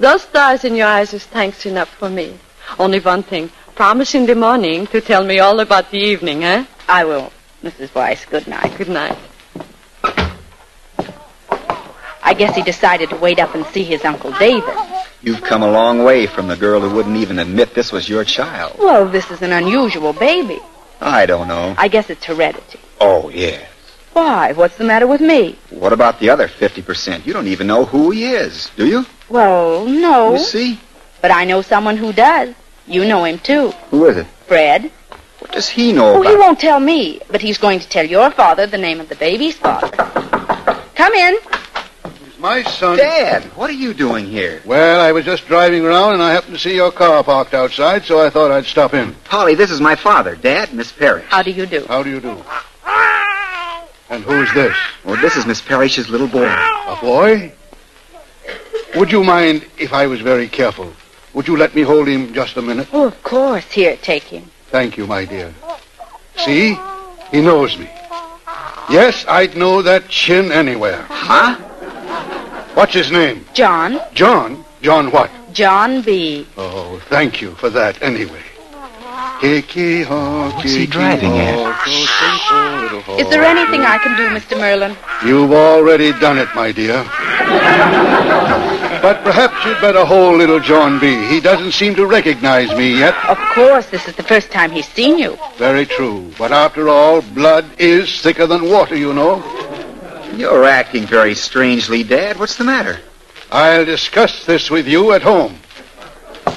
Those stars in your eyes is thanks enough for me. Only one thing. Promise in the morning to tell me all about the evening, eh? I will, Mrs. Weiss. Good night. Good night. I guess he decided to wait up and see his Uncle David. You've come a long way from the girl who wouldn't even admit this was your child. Well, this is an unusual baby. I don't know. I guess it's heredity. Oh, yeah. Why? What's the matter with me? What about the other 50%? You don't even know who he is, do you? Well, no. You see? But I know someone who does. You know him, too. Who is it? Fred. What does he know Oh, about? he won't tell me, but he's going to tell your father the name of the baby's father. Come in. My son. Dad, what are you doing here? Well, I was just driving around and I happened to see your car parked outside, so I thought I'd stop in. Polly, this is my father, Dad, Miss Parrish. How do you do? How do you do? And who's this? Well, this is Miss Parrish's little boy. A boy? Would you mind if I was very careful? Would you let me hold him just a minute? Oh, of course. Here, take him. Thank you, my dear. See? He knows me. Yes, I'd know that chin anywhere. Huh? What's his name? John, John? John what? John B. Oh, thank you for that anyway. Kiki ho, What's he driving at? Is there Oh. anything I can do, Mr. Merlin? You've already done it, my dear. But perhaps you'd better hold little John B. He doesn't seem to recognize me yet. Of course, this is the first time he's seen you. Very true. But after all, blood is thicker than water, you know. You're acting very strangely, Dad. What's the matter? I'll discuss this with you at home.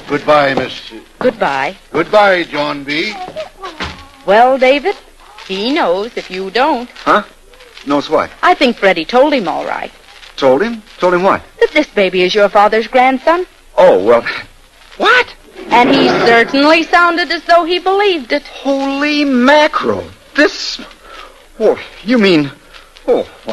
Goodbye, Miss. Goodbye. Goodbye, John B. Well, David, he knows if you don't. Huh? Knows what? I think Freddie told him all right Told him? Told him what? that this baby is your father's grandson, Oh, well, and he certainly sounded as though he believed it. Holy mackerel! This. Oh, you mean. Oh,